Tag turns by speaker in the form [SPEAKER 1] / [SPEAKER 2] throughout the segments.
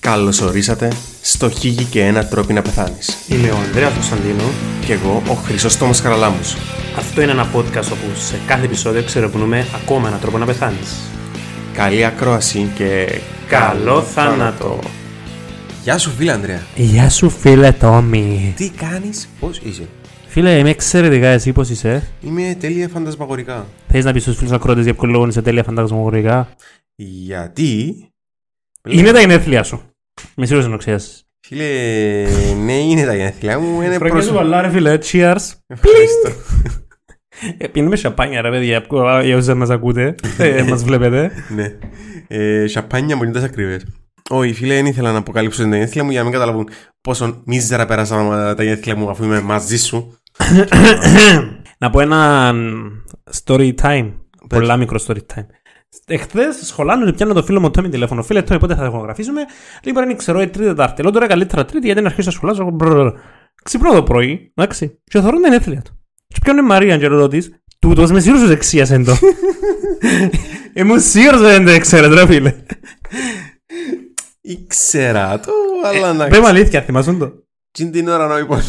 [SPEAKER 1] Καλώς ορίσατε στο Χίγη και ένα τρόπο να πεθάνεις.
[SPEAKER 2] Είμαι ο Ανδρέας Κωνσταντίνο.
[SPEAKER 1] Κι εγώ ο Χρυσόστομος Χαραλάμπους.
[SPEAKER 2] Αυτό είναι ένα podcast όπου σε κάθε επεισόδιο ξερευνούμε ακόμα έναν τρόπο να πεθάνεις.
[SPEAKER 1] Καλή ακρόαση και...
[SPEAKER 2] Καλό θάνατο.
[SPEAKER 1] Γεια σου φίλε Ανδρέα.
[SPEAKER 2] Γεια σου φίλε Τόμι.
[SPEAKER 1] Τι κάνεις, πώς είσαι.
[SPEAKER 2] Φίλε, είμαι εξαιρετικά εσύ πώς είσαι.
[SPEAKER 1] Είμαι τέλεια φαντασμαγορικά.
[SPEAKER 2] Θες να πεις στους φίλους ακρότες για ποιο λόγο είσαι τέλεια φαντασμογορικά.
[SPEAKER 1] Γιατί...
[SPEAKER 2] Είναι τα γενέθλια σου. Με σίγουρος να οξιάσεις.
[SPEAKER 1] Φίλε, ναι είναι τα γενέθλιά μου, είναι
[SPEAKER 2] Φραγκιά σου
[SPEAKER 1] πρόσωπο.
[SPEAKER 2] πολλά ρε φίλε, cheers.
[SPEAKER 1] Ευχαριστώ.
[SPEAKER 2] Ε, Πίνουμε σαπάνια ρε παιδιά, ακούω- για όσους δεν μας ακούτε, ε, μας βλέπετε.
[SPEAKER 1] Ναι. Ε, σαπάνια μου είναι τόσο ακριβές. Όχι, φίλε, δεν ήθελα να αποκαλύψω τα γενέθλια μου για να μην καταλάβουν πόσο μίζερα πέρασα τα γενέθλια μου αφού είμαι μαζί σου.
[SPEAKER 2] Να πω ένα story time.
[SPEAKER 1] Πες.
[SPEAKER 2] Πολλά μικρό story time. Εχθές σχολάνω πιάνω το φίλο μου Τόμι τηλέφωνο. Φίλε, τώρα πότε θα ηχογραφήσουμε. Λοιπόν, είναι ξέρω, ε, τρίτη, τετάρτη. Λέω τώρα καλύτερα τρίτη, γιατί να αρχίσω να σχολάσω. Μπρρρρ. Ξυπνώ το πρωί, εντάξει. Και θεωρώ την έθλια του. Και πιάνω η Μαρία, και λέω τη, τούτος με σύρουσε εξίασε το. Ε, μου σύρουσε δεν το ήξερε, ρε φίλε.
[SPEAKER 1] Ήξερα το, αλλά να
[SPEAKER 2] Πρέπει αλήθεια, θυμάσουν το.
[SPEAKER 1] Την την ώρα νόημα.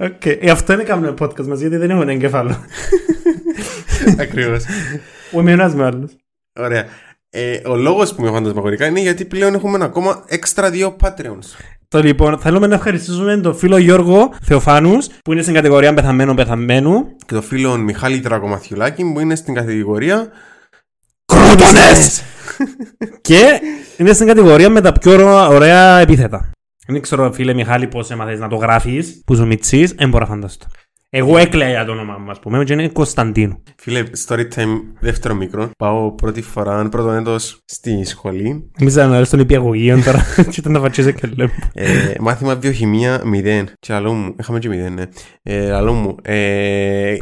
[SPEAKER 2] Οκ. Ε, Αυτό είναι κάνουμε podcast μας, γιατί δεν έχουμε εγκεφάλαιο.
[SPEAKER 1] Ακριβώς.
[SPEAKER 2] Ο μενάς με άλλους.
[SPEAKER 1] Ωραία. Ε, ο λόγος που είμαι φαντασμαγορικά είναι γιατί πλέον έχουμε ακόμα έξτρα δύο Patreons.
[SPEAKER 2] Το λοιπόν, θέλουμε να ευχαριστήσουμε τον φίλο Γιώργο Θεοφάνους, που είναι στην κατηγορία πεθαμένου πεθαμένου.
[SPEAKER 1] Και το φίλο Μιχάλη Τραγωμαθιουλάκη που είναι στην κατηγορία.
[SPEAKER 2] Κρούτονες! και είναι στην κατηγορία με τα πιο ωρα- ωραία επίθετα. Δεν ξέρω, φίλε Μιχάλη, πώς έμαθες να το γράφεις, που σου μιτσείς, δεν μπορώ να φανταστώ. Εγώ έκλαια για το όνομά μου, ας πούμε, και είναι Κωνσταντίνου.
[SPEAKER 1] Φίλε, story time δεύτερο μικρό. Πάω πρώτη φορά, πρώτον έτος στη σχολή.
[SPEAKER 2] Μην σαν να λες των υπηαγωγείων τώρα, και ήταν να φατσίζε και λέμε.
[SPEAKER 1] Ε, μάθημα βιοχημία 0. Και άλλο μου, είχαμε και 0, ναι. Ε, άλλο μου, ε,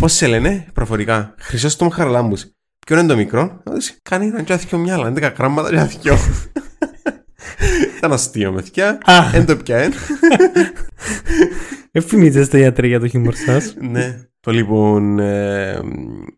[SPEAKER 1] πώ σε λένε προφορικά. Χρυσός Χαραλάμπου. Ποιο είναι το μικρό, Όντως, κάνει έναν τσάθιο μυαλά, 11 γράμματα τσάθιο. Ήταν αστείο με θυκιά.
[SPEAKER 2] Α.
[SPEAKER 1] Εν το πιάεν.
[SPEAKER 2] Εφημίζεστε Ε, γιατροί για το χιούμορ σας.
[SPEAKER 1] Ναι. Το λοιπόν, ε,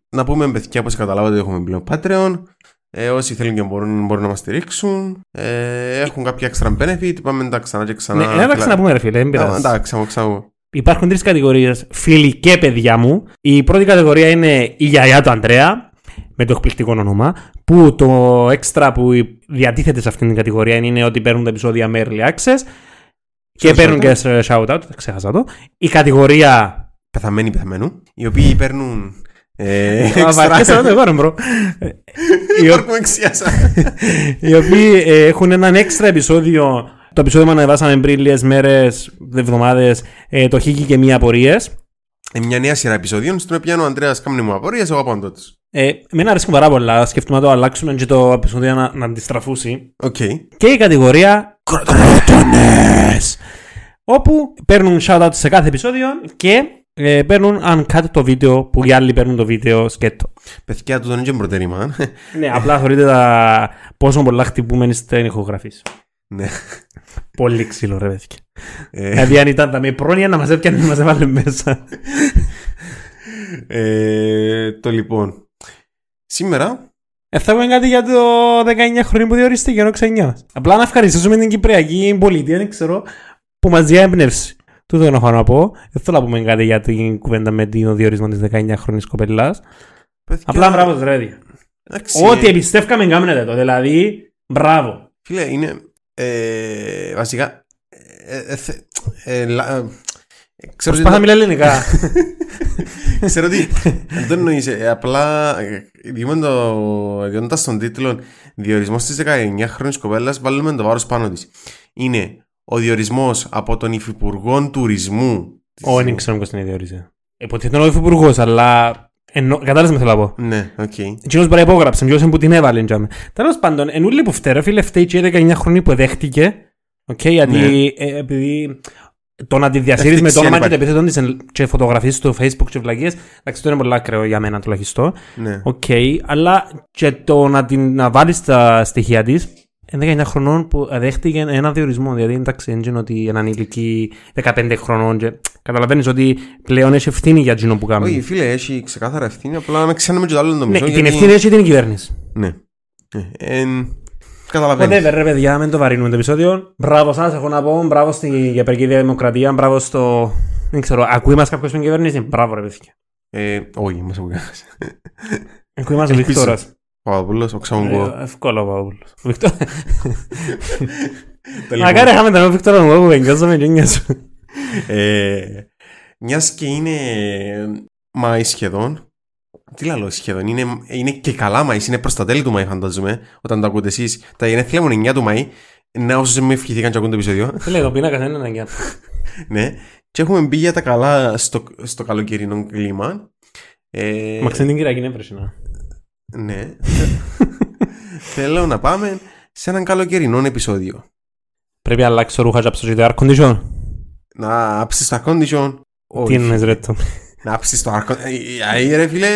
[SPEAKER 1] να πούμε παιδιά, όπως καταλάβατε έχουμε πλέον Patreon. Ε, όσοι θέλουν και μπορούν, μπορούν να μας στηρίξουν. Ε, έχουν κάποια extra benefit, πάμε τα ξανά και
[SPEAKER 2] Ναι,
[SPEAKER 1] ξανά.
[SPEAKER 2] ένα ξαναπούμε, ρε φίλε, δεν
[SPEAKER 1] Α,
[SPEAKER 2] πειράζει.
[SPEAKER 1] Εντάξει, ξανά, ξανά.
[SPEAKER 2] Υπάρχουν τρεις κατηγορίες φίλοι και παιδιά μου. Η πρώτη κατηγορία είναι η γιαγιά του Αντρέα, με το εκπληκτικό όνομα, που το έξτρα που διατίθεται σε αυτήν την κατηγορία είναι ότι παίρνουν τα επεισόδια με early access και
[SPEAKER 1] Shout
[SPEAKER 2] παίρνουν
[SPEAKER 1] out.
[SPEAKER 2] και σε shout out, ξέχασα το. Η κατηγορία.
[SPEAKER 1] Πεθαμένοι πεθαμένου, οι οποίοι παίρνουν... Ε,
[SPEAKER 2] Α, βαρκέσαι,
[SPEAKER 1] extra...
[SPEAKER 2] εγώ, ρε, μπρο. Η ο-
[SPEAKER 1] Υπάρχουν εξιάσα.
[SPEAKER 2] οι οποίοι ε, έχουν έναν έξτρα επεισόδιο. Το επεισόδιο που ανεβάσαμε πριν λίγες μέρες, εβδομάδες, ε, το Χίγη και μία απορίες.
[SPEAKER 1] Ε, Μια νέα σειρά επεισοδίων, στην οποία ο Αντρέας κάνει μου απορίες, εγώ απαντώ τους.
[SPEAKER 2] Ε, εμένα αρέσουν πάρα πολλά. Σκεφτούμε να το αλλάξουμε και το επεισόδιο να, να αντιστραφούσει.
[SPEAKER 1] Οκ.
[SPEAKER 2] Και η κατηγορία Κροτονές Όπου παίρνουν shout-out σε κάθε επεισόδιο και ε, παίρνουν uncut το βίντεο που οι άλλοι παίρνουν το βίντεο σκέτο.
[SPEAKER 1] Παιδιά του δεν είναι προτερήμα. ε.
[SPEAKER 2] ναι, απλά θεωρείτε τα πόσο πολλά χτυπούμενοι στην ηχογραφής.
[SPEAKER 1] Ναι.
[SPEAKER 2] Πολύ ξύλο ρε παιδιά.
[SPEAKER 1] Ε,
[SPEAKER 2] δηλαδή αν ήταν τα με πρόνοια να μας έπιανε να μας έβαλε μέσα.
[SPEAKER 1] ε, Το λοιπόν. Σήμερα
[SPEAKER 2] Ε, θα πούμε κάτι για το 19 χρόνο που διορίστηκε ενώ ξενιάς. Απλά να ευχαριστήσουμε την Κυπριακή πολιτεία, δεν ξέρω, που μας διέμπνευσε. Τούτο δεν έχω να πω. Δεν θέλω να πούμε κάτι για την κουβέντα με το διορισμό της 19 χρονη κοπελάς.
[SPEAKER 1] Παιδιά,
[SPEAKER 2] Απλά μπράβο, σας, ρε. παιδιά.
[SPEAKER 1] εντάξει,
[SPEAKER 2] Ό,τι εμπιστεύκαμε, κάνετε το. Δηλαδή, μπράβο.
[SPEAKER 1] Φίλε, είναι. Ε, βασικά. Ε, ε, θε- ε, λα- ε, ξέρω,
[SPEAKER 2] Προσπάθα να
[SPEAKER 1] ότι,
[SPEAKER 2] μιλά ελληνικά.
[SPEAKER 1] ξέρω ότι δεν το εννοείς, ε, απλά ε, διότι το- διόντας τον τίτλο Διορισμός της 19χρονης κοπέλας βάλουμε το βάρος πάνω της Είναι ο διορισμός από τον Υφυπουργό Τουρισμού της-
[SPEAKER 2] Όχι, ξέρω πώ την διορίζει. Υποτίθεται ο υφυπουργός, αλλά. Εννο... Κατάλαβες με θέλω να πω.
[SPEAKER 1] Ναι, οκ
[SPEAKER 2] Εκείνος μπορεί να υπόγραψε, ποιος είναι που την έβαλε. τζάμε. Τέλος πάντων, εν ούλη που φταίρε, φίλε, φταίει και η 19 χρονή που δέχτηκε. Οκ, γιατί ε, επειδή το να τη διασύρεις με το
[SPEAKER 1] Ευτυχία
[SPEAKER 2] όνομα και
[SPEAKER 1] είναι
[SPEAKER 2] το επίθετο της εν- και φωτογραφίες στο facebook και βλακίες, εντάξει, το είναι πολύ ακραίο για μένα τουλάχιστον.
[SPEAKER 1] ναι.
[SPEAKER 2] Οκ, αλλά και το να, την, να βάλεις τα στοιχεία της, εν 19 χρονών που δέχτηκε ένα διορισμό, δηλαδή εντάξει, δεν είναι ότι έναν ηλικί 15 χρονών και καταλαβαίνεις ότι πλέον έχει ευθύνη για τζινό που κάνει.
[SPEAKER 1] Όχι φίλε, έχει ξεκάθαρα ευθύνη Απλά να ξέρουμε και το άλλο
[SPEAKER 2] Ναι,
[SPEAKER 1] νομίζω
[SPEAKER 2] την
[SPEAKER 1] γιατί-
[SPEAKER 2] ευθύνη έχει την κυβέρνηση.
[SPEAKER 1] Ναι Καταλαβαίνεις.
[SPEAKER 2] Whatever, ρε παιδιά, μην το βαρύνουμε το επεισόδιο. Μπράβο σας, έχω να πω. Μπράβο στην Κυπριακή Δημοκρατία. Μπράβο στο. Δεν ξέρω, ακούει μας κάποιος στην κυβέρνηση. Μπράβο, ρε παιδιά.
[SPEAKER 1] Ε, Όχι, μας ακούει κανένας.
[SPEAKER 2] Ακούει μας ο Ε,
[SPEAKER 1] Ελπίζω.
[SPEAKER 2] Βικτόρα.
[SPEAKER 1] Παπαδόπουλος, ο Ξαγκό.
[SPEAKER 2] Ευκόλο, Παύλο. Ε, Μακάρι είχαμε τον Βικτόρα μου που εγκάζαμε και νοιάζομαι.
[SPEAKER 1] Ε, μιας και είναι Μάη σχεδόν. Τι λέω σχεδόν, είναι, είναι και καλά Μάη, είναι προς τα τέλη του Μάη, φαντάζομαι. Όταν το ακούτε εσείς, τα γενέθλια μου είναι 9 του Μάη. Να όσου με ευχηθήκαν και ακούν το επεισόδιο.
[SPEAKER 2] Τι λέει, το πίνακας δεν είναι αναγκαία.
[SPEAKER 1] ναι. Και έχουμε μπει για τα καλά στο, στο καλοκαιρινό κλίμα. Ε,
[SPEAKER 2] Μα ξέρει την κυριακή είναι πρεσινά.
[SPEAKER 1] ναι. Θέλω να πάμε σε έναν καλοκαιρινό επεισόδιο.
[SPEAKER 2] Πρέπει να αλλάξω ρούχα και ψωθεί το air condition.
[SPEAKER 1] Να άψεις τα condition.
[SPEAKER 2] Τι
[SPEAKER 1] Όχι.
[SPEAKER 2] είναι, ρε το.
[SPEAKER 1] Να ψεις το άρκο. Ε, ε, Ρε φίλε,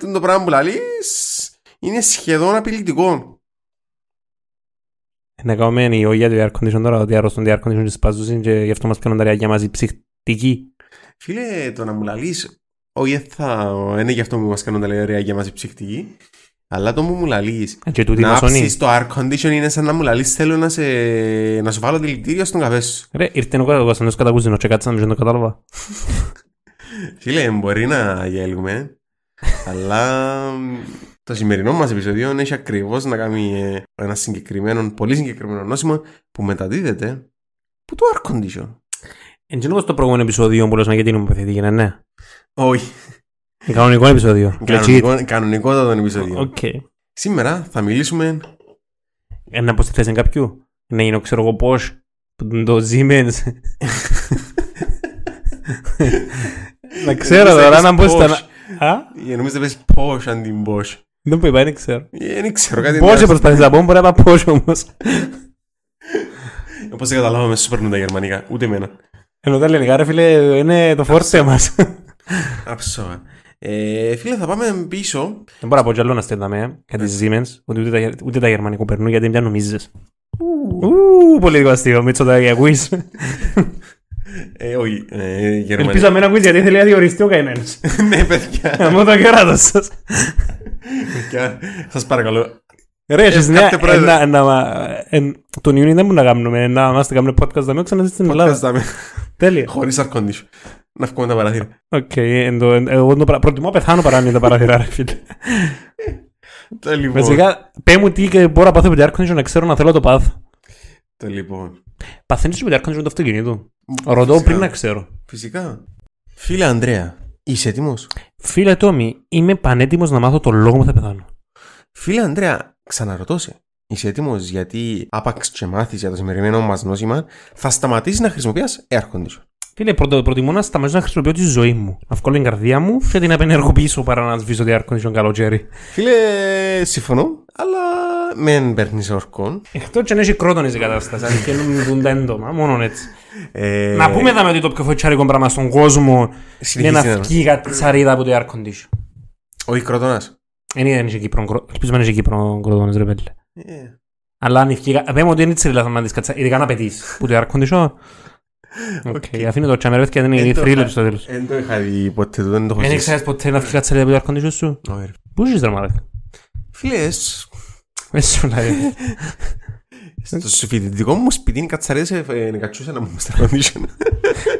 [SPEAKER 1] τον το πράγμα που λαλείς είναι σχεδόν απειλητικό.
[SPEAKER 2] Να κάνουμε ενοιόγια του air condition τώρα, ότι αρρωστούν το air condition και σπάζουν και γι' αυτό μας πιάνουν τα ριάκια μας οι ψυχτικοί.
[SPEAKER 1] Φίλε, το να μου λαλείς, όχι ε, θα είναι γι' αυτό που μας κάνουν τα λέει για μας οι ψυχτικοί, αλλά το που μου λαλείς,
[SPEAKER 2] Ε, Και τούτοι
[SPEAKER 1] να
[SPEAKER 2] μας ονεί.
[SPEAKER 1] ψεις το air condition είναι σαν να μου λαλείς θέλω να, σε, να σου βάλω δηλητήριο στον καφέ σου.
[SPEAKER 2] Ρε, ήρθε ο κατακουσινός κατακουσινός και κάτσαμε και δεν το κατάλαβα.
[SPEAKER 1] Φίλε, μπορεί να γέλουμε, αλλά το σημερινό μας επεισόδιο έχει ακριβώς να κάνει ε, ένα συγκεκριμένο, πολύ συγκεκριμένο νόσημα που μεταδίδεται που το air condition.
[SPEAKER 2] Εν και όπως το προηγούμενο επεισόδιο που λες, μα γιατί είναι μου πεθύτηκε, ναι, ναι.
[SPEAKER 1] Όχι.
[SPEAKER 2] Είναι Κανονικό επεισόδιο. Legit.
[SPEAKER 1] Κανονικό, κανονικότατο επεισόδιο.
[SPEAKER 2] Οκ.
[SPEAKER 1] Σήμερα θα μιλήσουμε.
[SPEAKER 2] Ε, Να πω στη θέση κάποιου. Να γίνω, ξέρω εγώ πώς, που το Siemens. Να ξέρω
[SPEAKER 1] Νομίζω
[SPEAKER 2] τώρα,
[SPEAKER 1] θα
[SPEAKER 2] να πω
[SPEAKER 1] πεις
[SPEAKER 2] στα...
[SPEAKER 1] Bosch.
[SPEAKER 2] Α,
[SPEAKER 1] Ε, Νομίζω ότι πες Bosch αντί Bosch.
[SPEAKER 2] δεν που είπα, δεν ξέρω.
[SPEAKER 1] Ε, Δεν ξέρω κάτι.
[SPEAKER 2] Πώς προσπαθείς να πω, μπορεί να είπα πώς όμως.
[SPEAKER 1] Πώ δεν καταλάβαμε, σου παίρνουν τα γερμανικά. Ούτε εμένα.
[SPEAKER 2] Ενώ τα ελληνικά, ρε φίλε, είναι το φόρτε μας.
[SPEAKER 1] Αψόα. Ε, φίλε, θα πάμε πίσω.
[SPEAKER 2] Δεν μπορώ να πω κι άλλο να στέλναμε ε, για τις Siemens, ότι ούτε, τα- ούτε τα γερμανικό περνούν γιατί πια νομίζεις. Ου, πολύ λίγο αστείο, Μίτσο, τα ακούεις.
[SPEAKER 1] Ε, όχι, ε, γερμανικά.
[SPEAKER 2] Ελπίζω να μην ακούεις γιατί θέλει να διοριστεί ο καημένος.
[SPEAKER 1] Ναι, παιδιά.
[SPEAKER 2] Αμώ το κεράτος σας.
[SPEAKER 1] παιδιά. Σας παρακαλώ.
[SPEAKER 2] Ρε, έχεις μια...
[SPEAKER 1] Ε, κάθε πρόεδρε.
[SPEAKER 2] ένα- να μα- εν- Τον Ιούνιο δεν μπορούμε να κάνουμε, ε, να είμαστε κάνουμε podcast να μην ξαναζείς στην Ελλάδα.
[SPEAKER 1] Καστάμε.
[SPEAKER 2] Τέλεια.
[SPEAKER 1] Χωρίς air condition. Να βγούμε τα παραθύρα.
[SPEAKER 2] Οκ, εν το- εν- εγώ το πρα- προτιμώ να πεθάνω παρά να είναι τα παράθυρα, ρε φίλε.
[SPEAKER 1] Λοιπόν. Το λοιπόν.
[SPEAKER 2] Βασικά, πέ μου τι και μπορώ να πάθω με το air condition να ξέρω να θέλω να το πάθω.
[SPEAKER 1] Το λοιπόν.
[SPEAKER 2] Παθαίνεις με το air condition του αυτοκινήτου. Ρωτώ πριν να ξέρω.
[SPEAKER 1] Φυσικά. Φίλε Ανδρέα, είσαι έτοιμος?
[SPEAKER 2] Φίλε Τόμι, είμαι πανέτοιμος να μάθω το λόγο που θα πεθάνω.
[SPEAKER 1] Φίλε Ανδρέα, ξαναρωτώ σε. Είσαι έτοιμος γιατί άπαξ και μάθεις για το σημερινό μας νόσημα, θα σταματήσεις να χρησιμοποιεί air condition.
[SPEAKER 2] Φίλε, πρώτο, προτιμώ να σταματήσω να χρησιμοποιώ τη ζωή μου. Αυκόλυν την καρδιά μου και την απενεργοποιήσω παρά να σβήσω το air condition καλό τζέρι.
[SPEAKER 1] Φίλε, συμφωνώ, αλλά μεν παίρνεις ορκών.
[SPEAKER 2] Εκτός και αν έχει κρότονες η κατάσταση, αν και μην δουν τα έντομα, μόνο έτσι.
[SPEAKER 1] Ε,
[SPEAKER 2] να πούμε δάμε ότι το πιο φωτσάρικο πράγμα στον κόσμο είναι να
[SPEAKER 1] συνεχίζει να.
[SPEAKER 2] φύγει η κατσαρίδα από το air condition.
[SPEAKER 1] Όχι κροτονά.
[SPEAKER 2] Δεν είναι έχει Κύπρο, κρό- ελπίζω να είναι Κύπρο κρότονες ρε πέλε.
[SPEAKER 1] Ε,
[SPEAKER 2] Αλλά αν φύγει, πέμε ότι είναι έτσι δηλαδή να δεις κατσα- ειδικά να πετύσεις. Που το air condition. Οκ, Αφήνω το τσαμερβέθ και δεν είναι
[SPEAKER 1] Ε,
[SPEAKER 2] η
[SPEAKER 1] το-
[SPEAKER 2] θρύλη στο τέλος.
[SPEAKER 1] Δεν το είχα δει ποτέ, τούτο, δεν το
[SPEAKER 2] Δεν
[SPEAKER 1] έχω ζήσει. ε,
[SPEAKER 2] ήξερες ποτέ να φύγει κατσαρίδα από το air condition σου.
[SPEAKER 1] Όχι, ρε.
[SPEAKER 2] Πού ζεις ρε μάρα.
[SPEAKER 1] Φίλε,
[SPEAKER 2] Εσύ σου λέει.
[SPEAKER 1] στο φοιτητικό μου σπίτι ε, οι κατσαρέ κατσούσαν να μου air condition.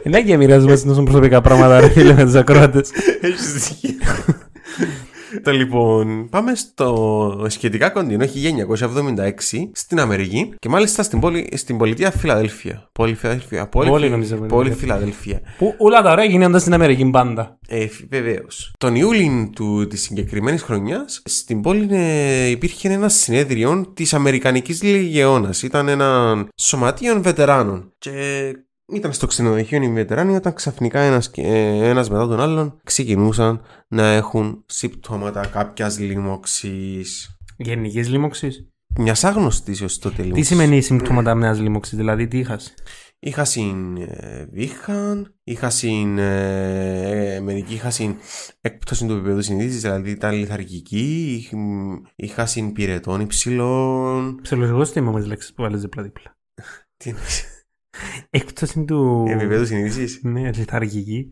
[SPEAKER 2] Ελέγχει μοιράζουμε τόσο προσωπικά πράγματα ρε φίλε με τους ακροάτες.
[SPEAKER 1] Έχεις δίκιο. Το λοιπόν, πάμε στο σχετικά κοντινό 1976 στην Αμερική και μάλιστα στην, πόλη, στην πολιτεία Φιλαδέλφια. Πόλη Φιλαδέλφια. Πόλη,
[SPEAKER 2] Πόλη
[SPEAKER 1] Φιλ-
[SPEAKER 2] νομίζω.
[SPEAKER 1] πόλη Φιλαδέλφια.
[SPEAKER 2] Που όλα τα ωραία γίνονται στην Αμερική πάντα.
[SPEAKER 1] Ε, Βεβαίως. Τον Ιούλιν του της συγκεκριμένης χρονιάς στην πόλη ε, υπήρχε ένα συνέδριο της Αμερικανικής Λιγεώνας. Ήταν ένα σωματείο βετεράνων. Και ήταν στο ξενοδοχείο οι βετεράνοι όταν ξαφνικά ένας, και- ε, ένας μετά τον άλλον ξεκινούσαν να έχουν συμπτώματα κάποιας λοιμώξη.
[SPEAKER 2] Γενικές λίμωξεις.
[SPEAKER 1] Μιας άγνωστης ως τότε
[SPEAKER 2] Τι
[SPEAKER 1] λοιμώξης.
[SPEAKER 2] σημαίνει η συμπτώματα
[SPEAKER 1] Ναι.
[SPEAKER 2] μιας λίμωξης, δηλαδή τι είχας.
[SPEAKER 1] Είχα συν ε, βήχαν, είχα συν ε, ε, μερικοί είχα συν έκπτωση του επίπεδου συνείδησης, δηλαδή ήταν λιθαργική, είχ- μ, είχα συν πυρετών υψηλών.
[SPEAKER 2] Ψελογικό στήμα με τις λέξεις που βάλες δίπλα-δίπλα.
[SPEAKER 1] Τι εννοείς,
[SPEAKER 2] Έκπτωση του...
[SPEAKER 1] Ε, επίπεδου συνείδησης.
[SPEAKER 2] Ναι, λιθαργική.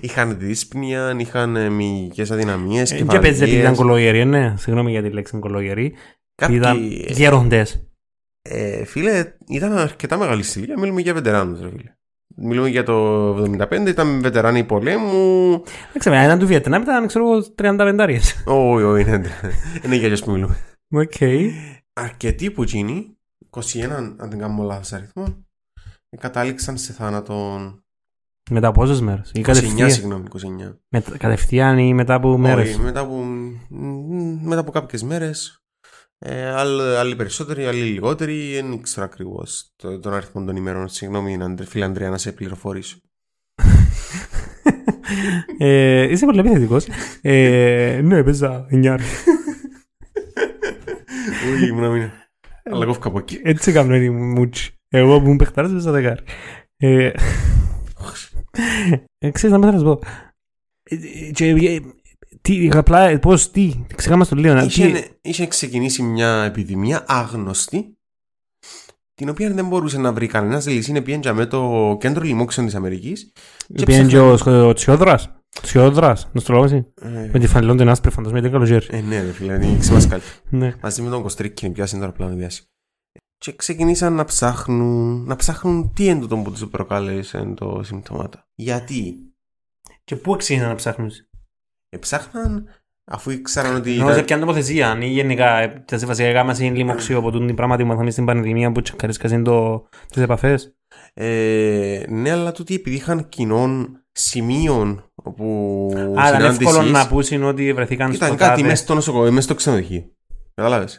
[SPEAKER 1] Είχαν δύσπνοια, είχαν ε, μυϊκές αδυναμίες,
[SPEAKER 2] Ε, Και παίζετε την
[SPEAKER 1] κεφαλίες.
[SPEAKER 2] αγκολογερή, ναι. Συγγνώμη για τη λέξη αγκολογερή.
[SPEAKER 1] Κάποιοι,
[SPEAKER 2] Ήταν γέροντες.
[SPEAKER 1] ε, φίλε, ήταν αρκετά μεγάλη στη ηλικία. Μιλούμε για βετεράνους, ρε φίλε. Μιλούμε για το 75, ήταν βετεράνοι πολέμου.
[SPEAKER 2] Δεν ξέρω, αν ήταν του Βιετνάμ ήταν ξέρω εγώ 35 άριες.
[SPEAKER 1] Όχι, όχι, είναι, είναι για αυτούς που μιλούμε.
[SPEAKER 2] Οκ.
[SPEAKER 1] αρκετοί που γίνει, 21 αν δεν κάνω λάθος αριθμό, κατάληξαν σε θάνατο
[SPEAKER 2] Μετά από πόσες μέρες. Ή
[SPEAKER 1] 29,
[SPEAKER 2] κατευθείαν,
[SPEAKER 1] συγγνώμη, 29.
[SPEAKER 2] μετα- κατευθείαν ή μετά από μέρε.
[SPEAKER 1] Όχι, μετά από, μ, μετά από κάποιες μέρες, ε, άλλ- άλλοι περισσότεροι, άλλοι λιγότεροι, δεν ήξερα ακριβώς τον αριθμό των ημερών. Συγγνώμη, Αντρέ- φίλε Αντρέα, να σε πληροφορήσω.
[SPEAKER 2] ε, είσαι πολύ επιθετικός. Ε, ναι, παίζα 9
[SPEAKER 1] Όχι, ήμουν μήνα. ναι. Αλλά κόφηκα από εκεί.
[SPEAKER 2] Έτσι έκανα η μούτσι. Εγώ που ήμουν παιχταράς παίζα δεκάρι. Ε, ε, Ξέρεις να μην θα σας πω. Ε, ε, και, ε, Τι, απλά, ε, πώς, τι, ξεχάμε στο λίγο. να- ε, τι-
[SPEAKER 1] Είχε, είχε ξεκινήσει μια επιδημία άγνωστη, την οποία δεν μπορούσε να βρει κανένας λύση. Είναι πιέντια με το κέντρο λοιμόξεων της Αμερικής και
[SPEAKER 2] Πήγαινε και
[SPEAKER 1] ψάχναν-
[SPEAKER 2] ο Σκο- ο Τσιόδρας. Τσιόδρας, να στρολόγωσε.
[SPEAKER 1] Ε,
[SPEAKER 2] Με τη φανελόν την άσπρη φαντασμένη, ήταν καλοκαίρι.
[SPEAKER 1] ε, ναι, ρε φίλε, δεν ξεμάς καλή.
[SPEAKER 2] Ναι.
[SPEAKER 1] Μαζί με τον Κοστρίκη είναι πιάσαν τώρα πλάνο διάση. Και ξεκινήσαν να ψάχνουν, να ψάχνουν τι είναι τούτο που τους προκάλεσε το συμπτώματα. Γιατί
[SPEAKER 2] Και πού ξεκίνησαν να ψάχνεις.
[SPEAKER 1] ε, ψάχναν αφού ήξεραν ότι.
[SPEAKER 2] Ενώ
[SPEAKER 1] ήταν-
[SPEAKER 2] σε ποια τοποθεσία, αν ή γενικά, ε, τα σε βασικά γάμα είναι λιμοξίο από τούτη πράγματι που μαθαίνεις στην πανδημία που τσακαρίσκας είναι το- τις επαφές.
[SPEAKER 1] Ε, ναι, αλλά τούτοι επειδή είχαν κοινών σημείων όπου
[SPEAKER 2] Άρα είναι εύκολο
[SPEAKER 1] συνάντησης,
[SPEAKER 2] να πούσουν ότι βρεθήκαν στο
[SPEAKER 1] ήταν κάτι
[SPEAKER 2] τάδε.
[SPEAKER 1] μέσα στο νοσοκομείο, μέσα στο ξενοδοχείο. Κατάλαβες.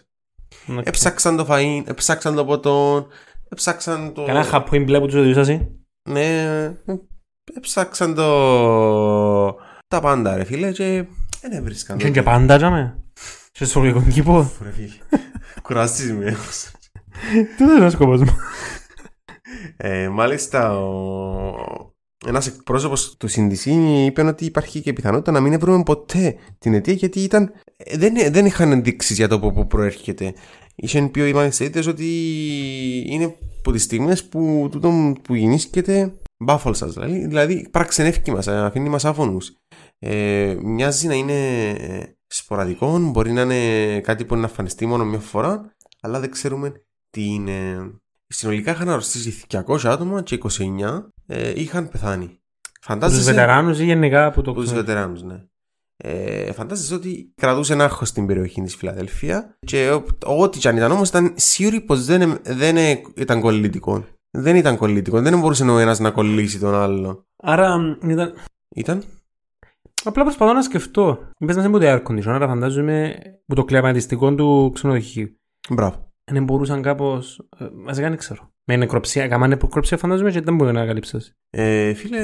[SPEAKER 2] Οκ.
[SPEAKER 1] Έψαξαν το φαΐν, έψαξαν το ποτόν, έψαξαν το...
[SPEAKER 2] Κανένα χαπούιν μπλε που τους οδηγούσα εσύ.
[SPEAKER 1] Ναι, έψαξαν το... τα πάντα ρε φίλε και δεν έβρισκαν
[SPEAKER 2] Και είναι και πάντα τζάμε. Σε σχολικό κήπο.
[SPEAKER 1] Ρε φίλε, κουραστείς με.
[SPEAKER 2] Τι δεν είναι ο σκοπός μου.
[SPEAKER 1] Ε, μάλιστα, ο... ένας εκπρόσωπος του CDC είπε ότι υπάρχει και πιθανότητα να μην βρούμε ποτέ την αιτία γιατί ήταν... ε, δεν, δεν είχαν ενδείξεις για το από πού προέρχεται. Είχαν πει ο Ιμανιστέτε ότι είναι από τις στιγμές που τούτο που γεννήσκεται μπάφολ σας. Δηλαδή, δηλαδή πραξενεύκει μας, αφήνει μας άφωνους. Ε, μοιάζει να είναι ε, σποραδικό, μπορεί να είναι κάτι που είναι να εμφανιστεί μόνο μια φορά, αλλά δεν ξέρουμε τι είναι. Συνολικά είχαν αρρωστήσει 200 άτομα και 29 ε, είχαν πεθάνει.
[SPEAKER 2] Από τους
[SPEAKER 1] Φαντάζεσαι.
[SPEAKER 2] βετεράνους ή γενικά από το
[SPEAKER 1] Από τους
[SPEAKER 2] ξέρω.
[SPEAKER 1] βετεράνους, ναι. Ε, φαντάζεσαι ότι κρατούσε ένα άγχος στην περιοχή της Φιλαδελφία και ό- ό,τι κι αν ήταν όμως ήταν σίγουροι πως δεν, ε- δεν ε, ήταν κολλητικό. Δεν ήταν κολλητικό, δεν μπορούσε ο ένας να κολλήσει τον άλλο.
[SPEAKER 2] Άρα μ, ήταν...
[SPEAKER 1] Ήταν.
[SPEAKER 2] Απλά προσπαθώ να σκεφτώ. Πες να σε ούτε air condition, άρα φαντάζομαι που το κλιαματιστικό του ξενοδοχείου.
[SPEAKER 1] Μπράβο.
[SPEAKER 2] Αν μπορούσαν κάπως... ε, Μας δεν ξέρω. Με νεκροψία, κάμα νεκροψία φαντάζομαι και δεν μπορεί να καλύψεις.
[SPEAKER 1] Ε, φίλε.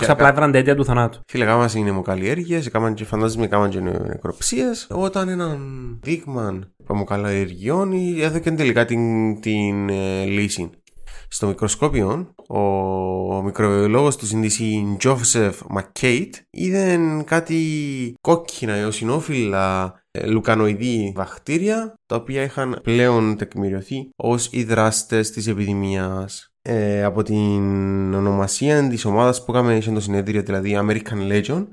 [SPEAKER 2] Όχι απλά έβραν τέτοια του θανάτου.
[SPEAKER 1] Φίλε, κάμαν σε γυναιμοκαλλιέργειε, κάμαν και φαντάζομαι κάμαν και νεκροψίες. Όταν έναν δείγμα γυναιμοκαλλιεργειών έδωκε τελικά την, την ε, λύση. Στο μικροσκόπιο, ο, ο μικροβιολόγος του συνδύση Τζόφσεφ Μακκέιτ είδε κάτι κόκκινα ιωσινόφυλλα ε, λουκανοειδή βακτήρια τα οποία είχαν πλέον τεκμηριωθεί ως οι δράστες της επιδημίας. Ε, από την ονομασία της ομάδας που είχαμε σε το συνέδριο, δηλαδή American Legion,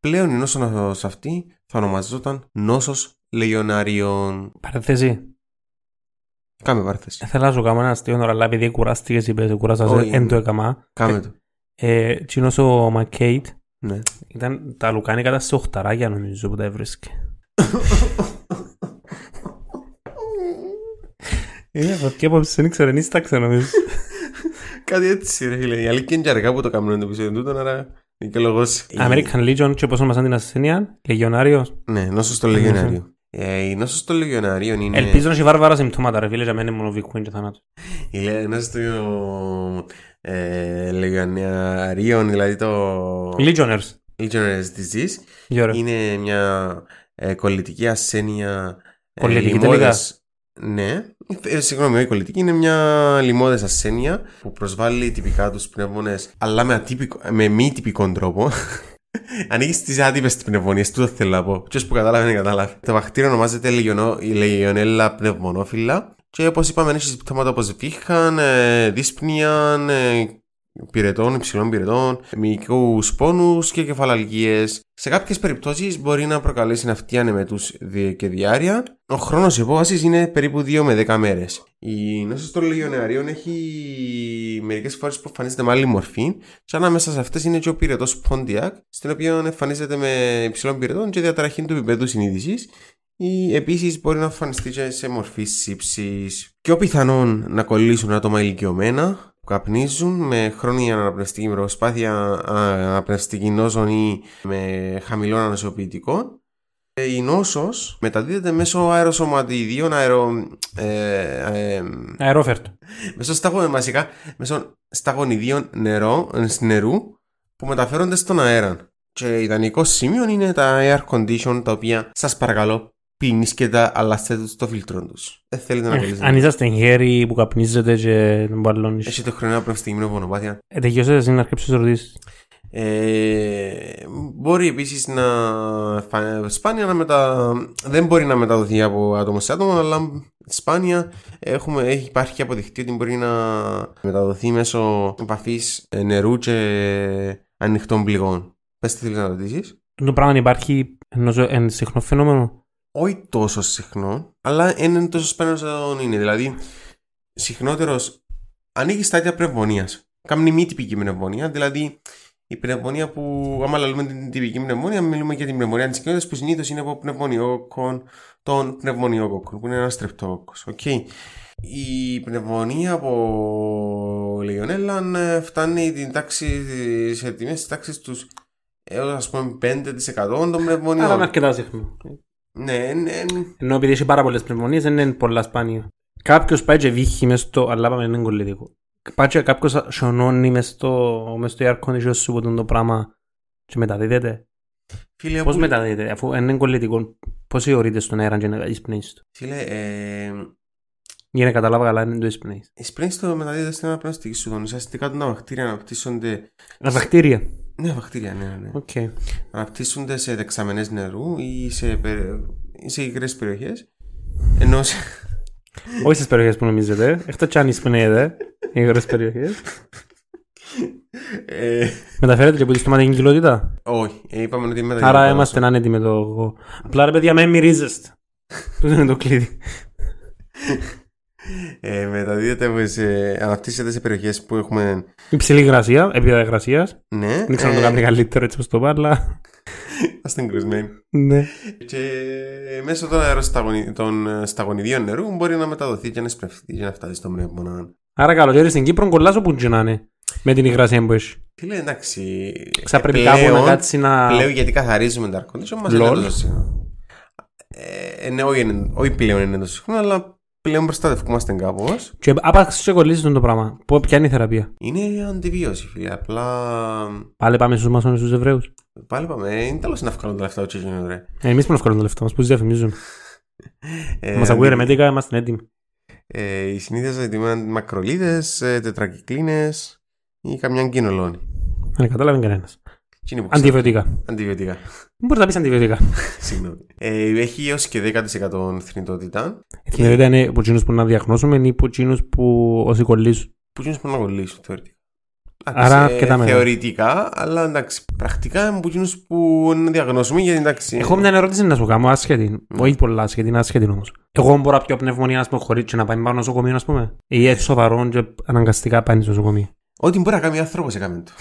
[SPEAKER 1] πλέον η νόσος αυτή θα ονομαζόταν νόσος λεγιονάριων.
[SPEAKER 2] Παρέθεση. Ε,
[SPEAKER 1] Κάμε παρθέση.
[SPEAKER 2] Θέλω να σου κάνω ένα αστείο τώρα, αλλά επειδή κουράστηκες είπες, κουράσασαι,
[SPEAKER 1] Όχι.
[SPEAKER 2] εν το έκαμα.
[SPEAKER 1] Κάμε το.
[SPEAKER 2] Ε, τσινός ο Μακκέιτ,
[SPEAKER 1] Ναι.
[SPEAKER 2] Ήταν τα λουκάνικα τα σε οχταράκια νομίζω που τα έβρισκε. Είναι βαθιά απόψη, δεν ήξερα, ενίσταξε νομίζω.
[SPEAKER 1] Κάτι έτσι ρε φίλε. Η αλήθεια είναι και αργά που το κάνουμε το επεισόδιο τούτο, άρα δικαιολογός.
[SPEAKER 2] American Legion και όπως ονομασάν την ασθένεια, Λεγιονάριος.
[SPEAKER 1] Ναι, νόσος των λεγιονάριων. Ε, η νόσος των λεγιονάριων είναι...
[SPEAKER 2] Ελπίζω να έχει βάρβαρα συμπτώματα ρε φίλε, για μένα είναι μόνο βικουίν και θανάτου.
[SPEAKER 1] Η λέ- νόσος των ε, λεγιονάριων, δηλαδή το...
[SPEAKER 2] Legioners,
[SPEAKER 1] Legionnaires disease,
[SPEAKER 2] Γιώργο.
[SPEAKER 1] είναι μια ε, κολλητική ασθένεια ε,
[SPEAKER 2] Κολλητική
[SPEAKER 1] λιμόδας- Ναι, ε, συγγνώμη, όχι κολλητική, είναι μια λιμόδες ασθένεια που προσβάλλει τυπικά τους πνεύμονες, αλλά με, ατύπικο, με μη τυπικό τρόπο. Ανοίγει τι άτυπες πνευμονίες, τούτο θέλω να πω. Ποιος που κατάλαβε, δεν κατάλαβε. Το βακτήριο ονομάζεται Legionella- Legionella πνευμονόφυλλα και όπως είπαμε, έχει συμπτώματα όπως βήχαν, δύσπνοια, ε, πυρετών, υψηλών πυρετών, μυϊκούς πόνους και κεφαλαλγίε. Σε κάποιες περιπτώσεις μπορεί να προκαλέσει ναυτία ανεμετού και διάρκεια. Ο χρόνος υπόβασης είναι περίπου 2 με 10 μέρες. Η νόσος των λεγιονεαρίων έχει μερικές φορές που εμφανίζεται με άλλη μορφή, και ανάμεσα σε αυτές είναι και ο πυρετός Πόντιακ, στην οποία εμφανίζεται με υψηλών πυρετών και διαταραχή του επίπεδου συνείδησης, ή επίσης μπορεί να εμφανιστεί και σε μορφή σύψης. Πιο πιθανόν να κολλήσουν άτομα ηλικιωμένα που καπνίζουν με χρόνια αναπνευστική προσπάθεια α, αναπνευστική νόσων ή με χαμηλών ανοσοποιητικών. Ε, Η νόσος μεταδίδεται μέσω αεροσωματιδίων, αερο, ε, ε,
[SPEAKER 2] Αερόφερτο.
[SPEAKER 1] μέσω, σταγο, βασικά, μέσω σταγονιδίων νερό, ε, νερού που μεταφέρονται στον αέρα. Και ιδανικό σημείο είναι τα air condition τα οποία σας παρακαλώ πίνεις και τα αλλάστε τους στο φίλτρο τους. Δεν θέλετε να κολλήσετε.
[SPEAKER 2] Αν είσαστε χέρι που καπνίζετε και τον μπαλώνεις.
[SPEAKER 1] Έχετε χρόνο να πνευστική μονοπάτια.
[SPEAKER 2] Ε, τελειώσες να αρκέψεις τις ερωτήσεις.
[SPEAKER 1] Ε, μπορεί επίσης να. φα- σπάνια να μετα... Δεν μπορεί να μεταδοθεί από άτομο σε άτομο, αλλά σπάνια έχουμε, έχει υπάρχει και αποδειχτεί ότι μπορεί να μεταδοθεί μέσω επαφής νερού και ανοιχτών πληγών. Πες τι θέλεις να ρωτήσεις.
[SPEAKER 2] Το πράγμα υπάρχει ενός- εν συχνό φαινόμενο.
[SPEAKER 1] Όχι τόσο συχνό, αλλά δεν είναι τόσο σπάνιος όσο είναι. Δηλαδή, συχνότερος ανοίγεις στάδια πνευμονία. Κάμνη μη τυπική πνευμονία, δηλαδή η πνευμονία που, άμα λέμε την τυπική πνευμονία, μιλούμε για την πνευμονία της κοινότητας που συνήθως είναι από πνευμονιόκον των πνευμονιόκοκων, που είναι ένας στρεπτόκοκο. Okay. Η πνευμονία από Λιονέλλα ε, φτάνει την τάξη, σε τιμέ τη τάξη τους έως ας πούμε 5% των
[SPEAKER 2] Αλλά είναι
[SPEAKER 1] πνευμονιών.
[SPEAKER 2] αρκετά συχνό.
[SPEAKER 1] Ναι, ναι, ναι.
[SPEAKER 2] Ενώ επειδή έχει πάρα πολλές πνευμονίες δεν είναι πολλά σπάνια. Κάποιος πάει και βύχει μες στο... Αλλά πάμε είναι κολλητικό. Πάει και κάποιος σιωνώνει μες στο, μες στο air conditioner σου που τον το πράγμα και μεταδίδεται.
[SPEAKER 1] Φίλε,
[SPEAKER 2] Πώς
[SPEAKER 1] που-
[SPEAKER 2] μεταδίδεται αφού είναι κολλητικό. Πώς ιωρείται στον αέρα και να εισπνέεις του.
[SPEAKER 1] Φίλε, ε,
[SPEAKER 2] Για να καταλάβω καλά είναι το εισπνέεις.
[SPEAKER 1] εισπρέγεις το μεταδίδεται στην αναπνευστική σου δόνη. Ουσιαστικά τα βακτήρια αναπτύσσονται.
[SPEAKER 2] Τα βακτήρια.
[SPEAKER 1] Ναι, βακτήρια, ναι, ναι.
[SPEAKER 2] Οκ.
[SPEAKER 1] Αναπτύσσονται σε δεξαμενές νερού ή σε, περι- ή σε υγρές περιοχές. Ενώ σε
[SPEAKER 2] Όχι στις περιοχές που νομίζετε. Εκτός κι αν εισπνέεται. Οι υγρές περιοχές.
[SPEAKER 1] ε,
[SPEAKER 2] Μεταφέρεται και από τη στοματική κοιλότητα.
[SPEAKER 1] όχι, ε, είπαμε ότι μεταδίδεται.
[SPEAKER 2] Άρα είμαστε άνετοι με το. Απλά ρε παιδιά, με μυρίζεστε. Τούτο είναι το κλειδί.
[SPEAKER 1] Ε, μεταδίδεται, σε, αναπτύσσεται σε περιοχές που έχουμε.
[SPEAKER 2] Υψηλή υγρασία, επίπεδα υγρασίας.
[SPEAKER 1] Ναι,
[SPEAKER 2] Δεν ξέρω αν το κάνει καλύτερο έτσι όπως το πάω, αλλά.
[SPEAKER 1] Είμαστε εγκρουσμένοι.
[SPEAKER 2] Ναι.
[SPEAKER 1] Και ε, μέσω των, αεροσταγωνι- των ε, σταγονιδίων νερού μπορεί να μεταδοθεί και να εισπνευστεί και να φτάσει στο πνεύμονα.
[SPEAKER 2] Άρα καλοκαίρι στην Κύπρο κολλάζω που τζινάνε. Με την υγρασία που έχεις.
[SPEAKER 1] Φίλε, εντάξει.
[SPEAKER 2] Ξα πρέπει
[SPEAKER 1] Ε, πλέον-
[SPEAKER 2] κάπου να κάτσεις να.
[SPEAKER 1] Πλέον γιατί καθαρίζουμε τα air condition, μας δεν
[SPEAKER 2] Lol.
[SPEAKER 1] είναι τόσο συχνό. Ε, ναι, όχι, είναι- όχι πλέον είναι τόσο συχνό, αλλά πλέον προστατευκούμαστε κάπως.
[SPEAKER 2] Και άπαξ και κολλήσει τον το πράγμα. Πού πιάνει η θεραπεία.
[SPEAKER 1] Είναι αντιβίωση, φίλε. Απλά.
[SPEAKER 2] Πάλι πάμε στους μασόνε του Εβραίους.
[SPEAKER 1] Πάλι πάμε, ε, είναι τέλος να βγάλουν τα λεφτά ο Τσέτσινο, ρε.
[SPEAKER 2] Εμεί Ε, που να βγάλουμε τα λεφτά μας, που τους διαφημίζουν.
[SPEAKER 1] Ε,
[SPEAKER 2] Μας ακούει
[SPEAKER 1] αντι-
[SPEAKER 2] ρεμέντικα, είμαστε έτοιμοι.
[SPEAKER 1] ε, οι συνήθειε ετοιμάνε μακρολίδε, τετρακυκλίνε ε, ή καμιά κοινολόνη.
[SPEAKER 2] Δεν κατάλαβε κανένας.
[SPEAKER 1] Τι είναι που ξέρω.
[SPEAKER 2] Αντιβιωτικά. Δεν
[SPEAKER 1] Αντιβιωτικά.
[SPEAKER 2] μπορείς να πεις αντιβιωτικά.
[SPEAKER 1] Συγγνώμη. Ε, έχει έω και 10% θνητότητα.
[SPEAKER 2] Η θεραπεία είναι από εκείνους που να διαγνώσουμε ή από εκείνους που όσοι κολλήσουν.
[SPEAKER 1] που γίνεις που να κολλήσουν θεωρητικά.
[SPEAKER 2] Άρα
[SPEAKER 1] Εντάξει,
[SPEAKER 2] αρκετά
[SPEAKER 1] ε,
[SPEAKER 2] μεγάλο.
[SPEAKER 1] Θεωρητικά, αλλά εντάξει, πρακτικά είναι που γίνους που να διαγνώσουμε γιατί εντάξει.
[SPEAKER 2] Έχω μια ερώτηση να σου κάνω, άσχετη. Όχι πολλά άσχετη, είναι άσχετη όμως. Εγώ μπορώ να πιω πνευμονία, να πούμε, χωρίς και να πάει πάνω νοσοκομείο, ας πούμε. Ή έχει σοβαρό και αναγκαστικά πάει στο νοσοκομείο.
[SPEAKER 1] Ό,τι μπορεί να κάνει άνθρωπος έκαμε το.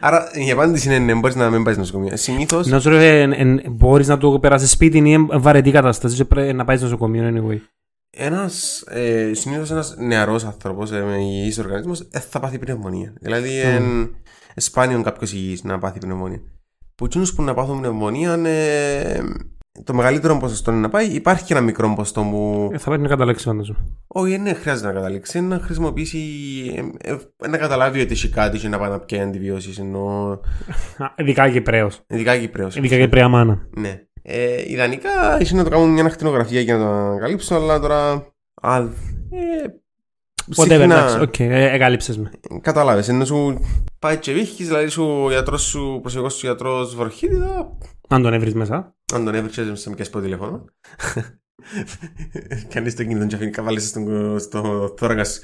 [SPEAKER 1] Άρα η απάντηση είναι ναι, μπορείς να μην πάεις στο νοσοκομείο. Συνήθως.
[SPEAKER 2] Να σου ε, ρε, μπορείς να το περάσεις σπίτι ή εν βαρετή κατάσταση, και πρέπει να πάεις στο νοσοκομείο, anyway.
[SPEAKER 1] Ένας ε, συνήθως ένας νεαρός άνθρωπος ε, με υγιή οργανισμός ε, θα πάθει πνευμονία. Δηλαδή, ε, σπάνιον κάποιος υγιής να πάθει πνευμονία. Που εκείνους που να πάθουν πνευμονία, ε, το μεγαλύτερο ποσοστό είναι να πάει. Υπάρχει και ένα μικρό ποσοστό που
[SPEAKER 2] Ε, Θα πρέπει να καταλέξει, φαντάζομαι.
[SPEAKER 1] Όχι, δεν χρειάζεται να καταλήξει. Να χρησιμοποιήσει. ε, ε, να καταλάβει ότι έχει κάτι και να πάει να πιάνει αντιβιώσεις. Ενώ.
[SPEAKER 2] Α, Ειδικά Κυπρέο.
[SPEAKER 1] Ειδικά Κυπρέο.
[SPEAKER 2] Ειδικά Κυπρέα μάνα.
[SPEAKER 1] Ναι. Ε, ιδανικά έχει να το κάνουν μια ακτινογραφία για να το ανακαλύψω, αλλά τώρα. Α, ε,
[SPEAKER 2] Whatever, εντάξει, οκ, εγκαλύψες με.
[SPEAKER 1] Κατάλαβες. Ενώ σου πάει και βύχει, δηλαδή σου ο γιατρός σου, προσεγγό σου γιατρό βροχίδιδα.
[SPEAKER 2] Αν τον έβρεις μέσα.
[SPEAKER 1] Αν τον έβριξες, σε μικρέ πω τηλεφώνο. Κανεί το κινητό και αφήνει καβάλες στον στο θώρακα σου.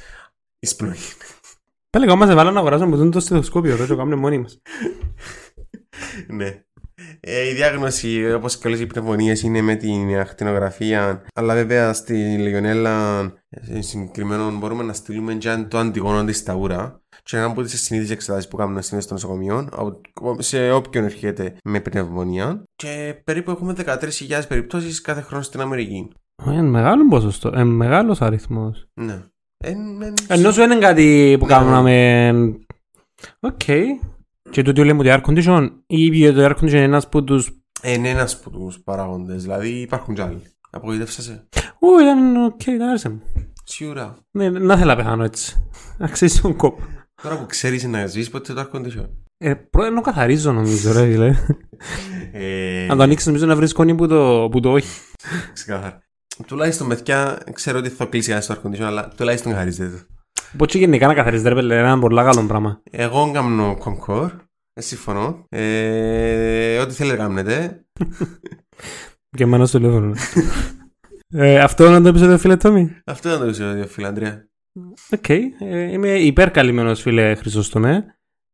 [SPEAKER 1] Εισπνοή.
[SPEAKER 2] Τα λέγα μας έβαλα να αγοράζουμε τον το στεθοσκόπιο, ρε, το κάνουμε μόνοι μας.
[SPEAKER 1] ναι. Ε, η διάγνωση, όπως και όλες οι πνευμονίες, είναι με την ακτινογραφία. Αλλά βέβαια στη Λιονέλα ε, συγκεκριμένων μπορούμε να στείλουμε και αν το αντιγόνο της στα ούρα. Και ένα από τι συνήθεις εξετάσεις που κάνουμε συνήθω στο νοσοκομείο, από- σε όποιον έρχεται με πνευμονία. Και περίπου έχουμε 13.000 περιπτώσεις κάθε χρόνο στην Αμερική.
[SPEAKER 2] Είναι Ε, μεγάλο ποσοστό, είναι μεγάλος αριθμός.
[SPEAKER 1] Ναι. Εν- εν-
[SPEAKER 2] Ενώ σου είναι κάτι που
[SPEAKER 1] Ναι.
[SPEAKER 2] κάναμε... Οκ. Και τούτο λέμε ότι air condition ή ίδιο το air condition είναι ένας που τους...
[SPEAKER 1] Ε, Είναι ένας από τους παράγοντες, δηλαδή υπάρχουν κι άλλοι. Απογοητεύσασαι.
[SPEAKER 2] Ω, ήταν οκ, ήταν άρεσε μου.
[SPEAKER 1] Σίγουρα.
[SPEAKER 2] Ναι, να θέλω να πεθάνω έτσι. Αξίζει τον κόπο.
[SPEAKER 1] Τώρα που ξέρεις να ζεις, ποτέ το air condition.
[SPEAKER 2] Ε, πρώτα ενώ καθαρίζω νομίζω ρε φίλε.
[SPEAKER 1] Ε,
[SPEAKER 2] Αν το ανοίξεις νομίζω να βρεις κόνη που το, που το όχι.
[SPEAKER 1] Ξεκάθαρα. Τουλάχιστον μεθιά, ξέρω ότι θα κλείσει ένα στο air condition, αλλά τουλάχιστον χαρίζεται. το.
[SPEAKER 2] Πότσι γενικά να καθαρίζεις ρε πέλε, ένα πολύ καλό πράγμα.
[SPEAKER 1] Εγώ κάνω κονκόρ. ε, Συμφωνώ. Ε, ό,τι θέλετε κάνετε.
[SPEAKER 2] Και εμένα στο τηλέφωνο. ε, αυτό είναι το επεισόδιο φίλε Τόμι.
[SPEAKER 1] Αυτό ήταν το επεισόδιο, φίλε Αντρέα.
[SPEAKER 2] Οκ. Ε, είμαι υπερκαλυμμένος φίλε Χρυσόστομε.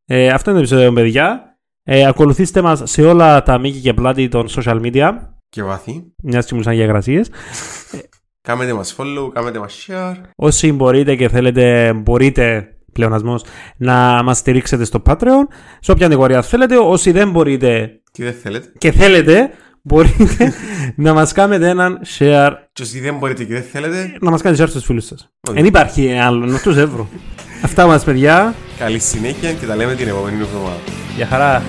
[SPEAKER 2] Ε, αυτό είναι το επεισόδιο, παιδιά. Ε, ακολουθήστε μας σε όλα τα μήκη και πλάτη των social media.
[SPEAKER 1] Και βάθη.
[SPEAKER 2] Μιας και μιλούσαν για γρασίες.
[SPEAKER 1] Κάμετε μας follow, κάμετε μας share.
[SPEAKER 2] Όσοι μπορείτε και θέλετε, μπορείτε πλεονασμός να μας στηρίξετε στο Patreon. Σε όποια κατηγορία θέλετε. Όσοι δεν μπορείτε
[SPEAKER 1] Τι δεν θέλετε.
[SPEAKER 2] και θέλετε, μπορείτε να μας κάνετε έναν share.
[SPEAKER 1] Και όσοι δεν μπορείτε και δεν θέλετε,
[SPEAKER 2] Να μας κάνετε share στους φίλους σας.
[SPEAKER 1] Όχι.
[SPEAKER 2] Δεν υπάρχει άλλο, να τους εύρω. Αυτά μας παιδιά.
[SPEAKER 1] καλή συνέχεια και τα λέμε την επόμενη εβδομάδα.
[SPEAKER 2] Γεια χαρά.